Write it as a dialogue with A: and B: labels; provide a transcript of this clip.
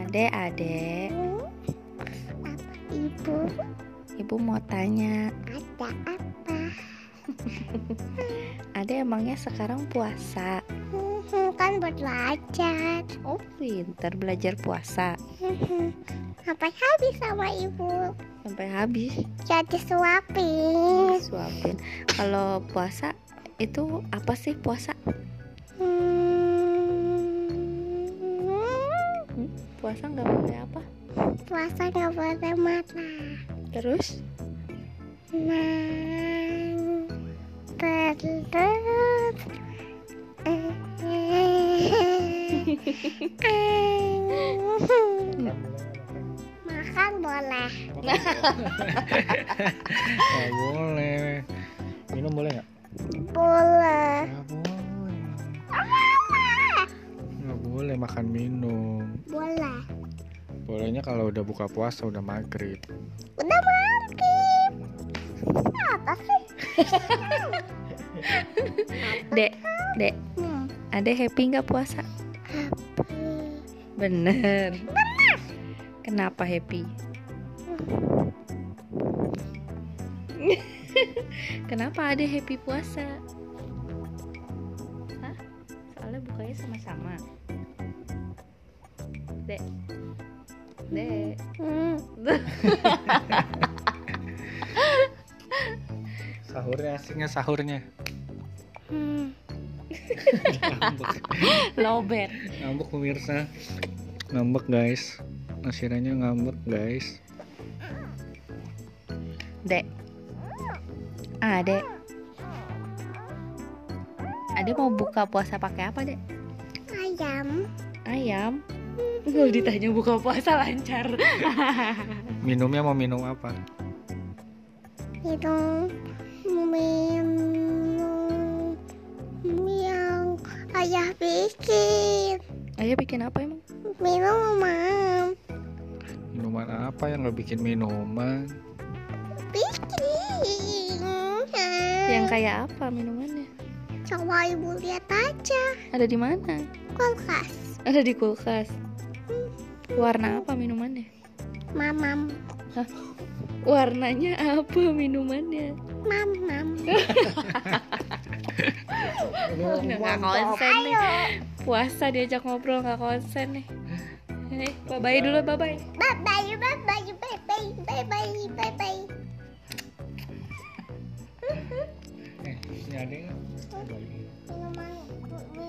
A: Adik-adik,
B: Papa Ibu
A: ibu mau tanya,
B: ada apa?
A: adik emangnya sekarang puasa?
B: Hmm, kan belajar.
A: Oh, pinter belajar puasa
B: Hmm, Sampai habis sama ibu.
A: sampai habis
B: Jadi suapin.
A: suapin. Kalau puasa itu apa sih puasa?
B: Hmm,
A: Puasa nggak boleh apa?
B: puasa nggak boleh marah.
A: Terus?
B: Nang terus. Eh, eh. Makan boleh.
C: Nggak boleh. Minum boleh nggak?
B: Boleh.
C: Nggak boleh. Nggak boleh makan minum.
B: Boleh.
C: Bolehnya kalau udah buka puasa udah maghrib.
B: Udah mangkip. Apa sih?
A: Dek, dek,
B: Hmm.
A: adek happy nggak puasa? Bener. Kenapa happy? Kenapa ada happy puasa? Hah? Soalnya bukanya sama-sama. Dek. Dek.
B: Hmm.
C: Sahurnya asiknya sahurnya.
B: Hmm.
C: Ngambek.
A: Lobet.
C: ngambek pemirsa. Ngambek guys. Nasirannya ngambek guys.
A: Dek. Ah, Dek. Ade mau buka puasa pakai apa, Dek?
B: Ayam.
A: Ayam. Kalau ditanya buka puasa lancar.
C: Minumnya mau minum apa?
B: itu minum yang ayah bikin
A: Ayah bikin apa emang?
B: minum mam
C: Minuman apa yang nggak bikin minuman?
B: bikin
A: Yang kayak apa minumannya?
B: coba ibu lihat aja
A: Ada di mana?
B: kulkas
A: Ada di kulkas. Warna apa minumannya?
B: mamam
A: Warnanya apa minumannya?
B: mamam
A: Oh, Nggak konsen nih. Puasa diajak ngobrol nggak konsen nih. Nih, bye bye dulu, bye bye.
B: bye bye bye bye bye bye bye bye bye bye
C: Eh, ini ada nggak? Ada lagi.
B: Minum, Mam.